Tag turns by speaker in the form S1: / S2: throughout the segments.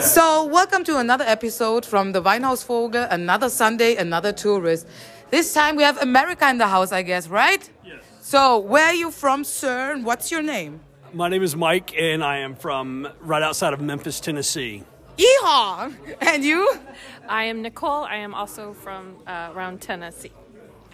S1: So, welcome to another episode from the Winehouse Vogel, another Sunday, another tourist. This time we have America in the house, I guess, right? Yes. So, where are you from, sir, and what's your name?
S2: My name is Mike, and I am from right outside of Memphis, Tennessee.
S1: Yeehaw! And you?
S3: I am Nicole. I am also from uh, around Tennessee.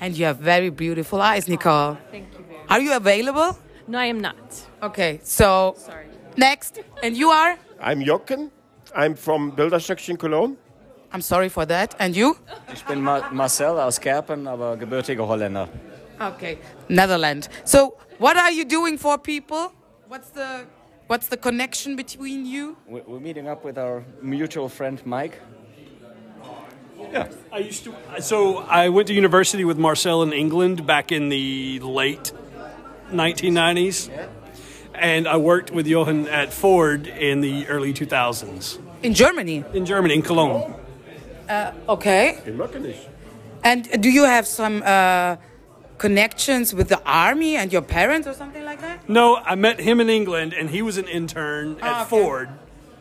S1: And you have very beautiful eyes, Nicole.
S3: Thank you very much.
S1: Are you available?
S3: No, I am not.
S1: Okay, so
S3: Sorry.
S1: next. And you are?
S4: I'm Jochen. I'm from Bilderstöckchen Cologne.
S1: I'm sorry for that. And you?
S5: Ich bin Ma Marcel aus Kerpen, aber gebürtiger Holländer.
S1: Okay. Netherlands. So, what are you doing for people? What's the what's the connection between you?
S5: We- We're meeting up with our mutual friend Mike.
S2: I used to. So I went to university with Marcel in England back in the late 1990s, and I worked with Johan at Ford in the early 2000s
S1: In Germany.
S2: in Germany in Cologne.
S1: Okay.
S4: In Möckenich.
S1: And do you have some uh, connections with the army and your parents or something like that?
S2: No, I met him in England, and he was an intern at
S1: Ah, okay.
S2: Ford,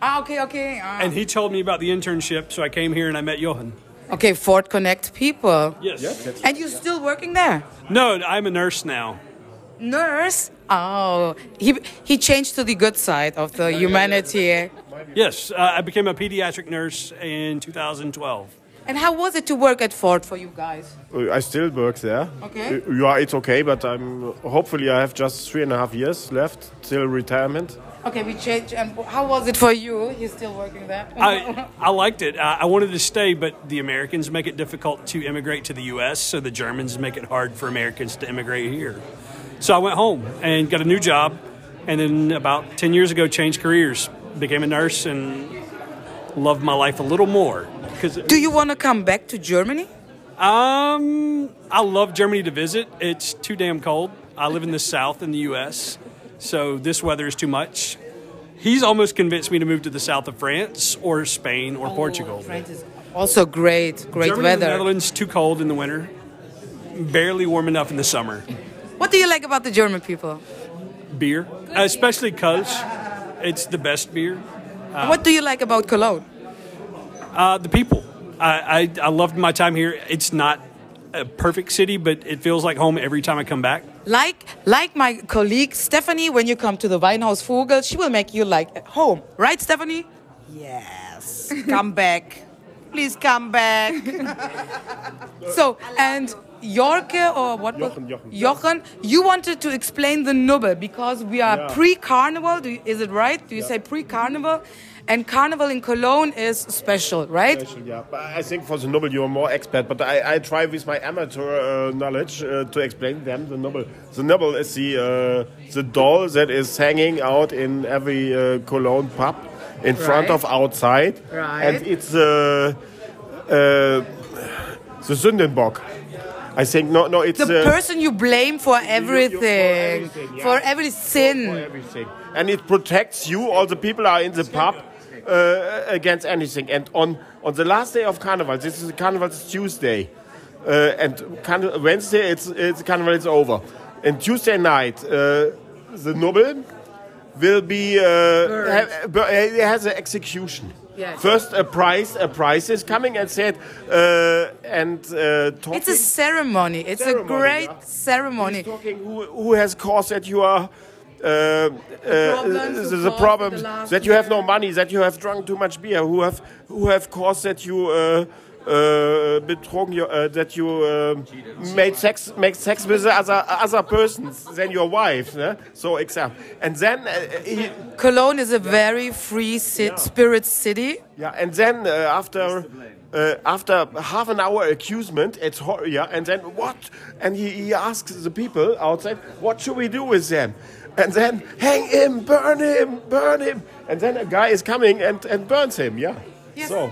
S1: Ah, okay, okay. ah.
S2: and he told me about the internship. So I came here and I met Johan.
S1: okay, Ford Connect people.
S2: Yes.
S1: And you're still working there?
S2: No, I'm a nurse now.
S1: Nurse? Oh, he, he changed to the good side of the humanity.
S2: Yes, uh, I became a pediatric nurse in 2012.
S1: And how was it to work at Ford for you guys?
S4: Uh, I still work there.
S1: Okay.
S4: Uh, Yeah, it's okay, but I'm hopefully I have just three and a half years left till retirement.
S1: Okay, we changed. And how was it for you? You're still working there?
S2: I, I liked it. I, I wanted to stay, but the Americans make it difficult to immigrate to the U.S., so the Germans make it hard for Americans to immigrate here. So I went home and got a new job, and then about 10 years ago, changed careers, became a nurse, and loved my life a little more. Because
S1: Do you want to come back to Germany?
S2: um, I love Germany to visit. It's too damn cold. I live in the south in the U.S., so this weather is too much. He's almost convinced me to move to the south of France or Spain or Portugal.
S1: France is also great, great
S2: Germany and the
S1: weather.
S2: Netherlands too cold in the winter, barely warm enough in the summer.
S1: What do you like about the German people?
S2: Beer, especially Kölsch, it's the best beer.
S1: what do you like about Cologne?
S2: Uh, the people, I, I I loved my time here. It's not a perfect city, but it feels like home every time I come back.
S1: Like, like my colleague Stephanie, when you come to the Weinhaus Vogel, she will make you like at home, right, Stephanie?
S6: Yes. Come back. Please come back.
S1: So, and Jorke or what? was-
S4: Jochen, Jochen.
S1: Jochen, you wanted to explain the nubbe because we are
S4: Yeah.
S1: pre-carnival. Do you, is it right? Do you say pre-carnival? And carnival in Cologne is special, right?
S4: Special, yeah. But I think for the Nobel you're more expert, but I, I try with my amateur uh, knowledge uh, to explain them the Nobel. The Nobel is the uh, the doll that is hanging out in every uh, Cologne pub in
S1: Right.
S4: front of outside,
S1: Right.
S4: and it's uh, uh, the Sündenbock. I think no, no, it's
S1: The
S4: uh,
S1: person you blame for everything,
S4: everything, yeah.
S1: for every sin.
S4: for everything. And it protects you, all the people are in the pub, uh, against anything. And on, on the last day of Carnival, this is Carnival is Tuesday, uh, and Carn- Wednesday it's, it's Carnival is over. And Tuesday night, uh, the noble will be uh, ha- bu- he has an execution.
S1: Yes.
S4: First, a price. A price is coming and said, uh, and uh, talking.
S1: It's a ceremony. It's a
S4: Ceremony,
S1: great
S4: yeah.
S1: ceremony.
S4: He's talking who, who has caused that you are. Uh, uh,
S1: problems who
S4: the, the
S1: caused
S4: problems
S1: the last
S4: that you have no
S1: year.
S4: money, that you have drunk too much beer, who have who have caused that you uh, uh, betrogen your, uh, that you uh, made sex make sex with other other persons than your wife. ne? So except and then uh, he,
S1: Cologne is a very free ci- spirit city.
S4: yeah, and then uh, after uh, after half an hour accusement, it's hor- yeah, and then what? And he, he asks the people outside, what should we do with them? And then hang him, burn him, burn him. And then a guy is coming and, and burns him. Yeah. So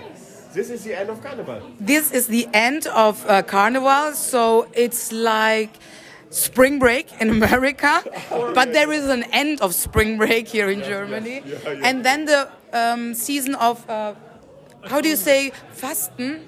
S4: this is the end of Carnival.
S1: This is the end of uh, Carnival, so it's like spring break in America, but there is an end of spring break here in Germany, and then the um, season of uh, how do you say fasten?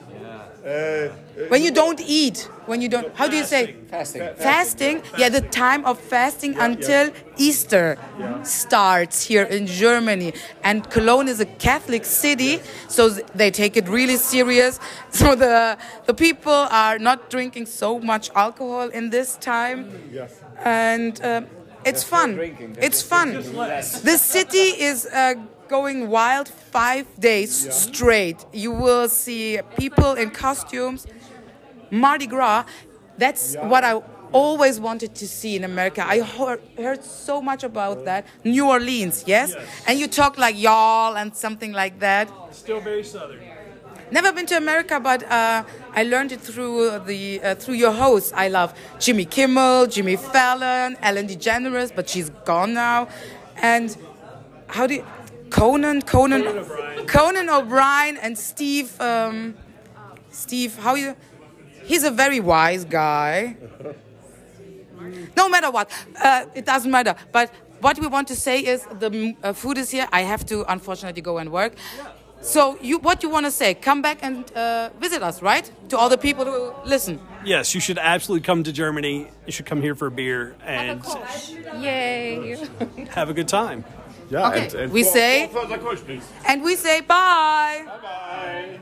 S1: When you don't eat, when you don't, how do you say?
S5: Fasting.
S1: Fasting, yeah, the time of fasting until Easter starts here in Germany. And Cologne is a Catholic city, so th- they take it really serious. So the, the people are not drinking so much alcohol in this time. And um, it's fun.
S5: drinking, that's
S1: It's fun. The city is uh, going wild five days straight. You will see people in costumes. Mardi Gras, that's what I always wanted to see in America. I heard, heard so much about that. New Orleans, yes? And you talk like y'all and something like that.
S2: Still very southern.
S1: Never been to America, but uh, I learned it through the uh, through your hosts. I love Jimmy Kimmel, Jimmy Fallon, Ellen DeGeneres, but she's gone now. And how do you, Conan Conan Conan O'Brien, and Steve um, Steve how you he's a very wise guy. No matter what, uh, it doesn't matter. But what we want to say is the mm, uh, food is here. I have to unfortunately go and work. So you, what you want to say? Come back and uh, visit us, right? To all the people who listen.
S2: Yes, you should absolutely come to Germany. You should come here for a beer and
S3: Yay.
S2: have a good time.
S4: Yeah,
S1: Okay. We say-
S4: further questions.
S1: And we say bye.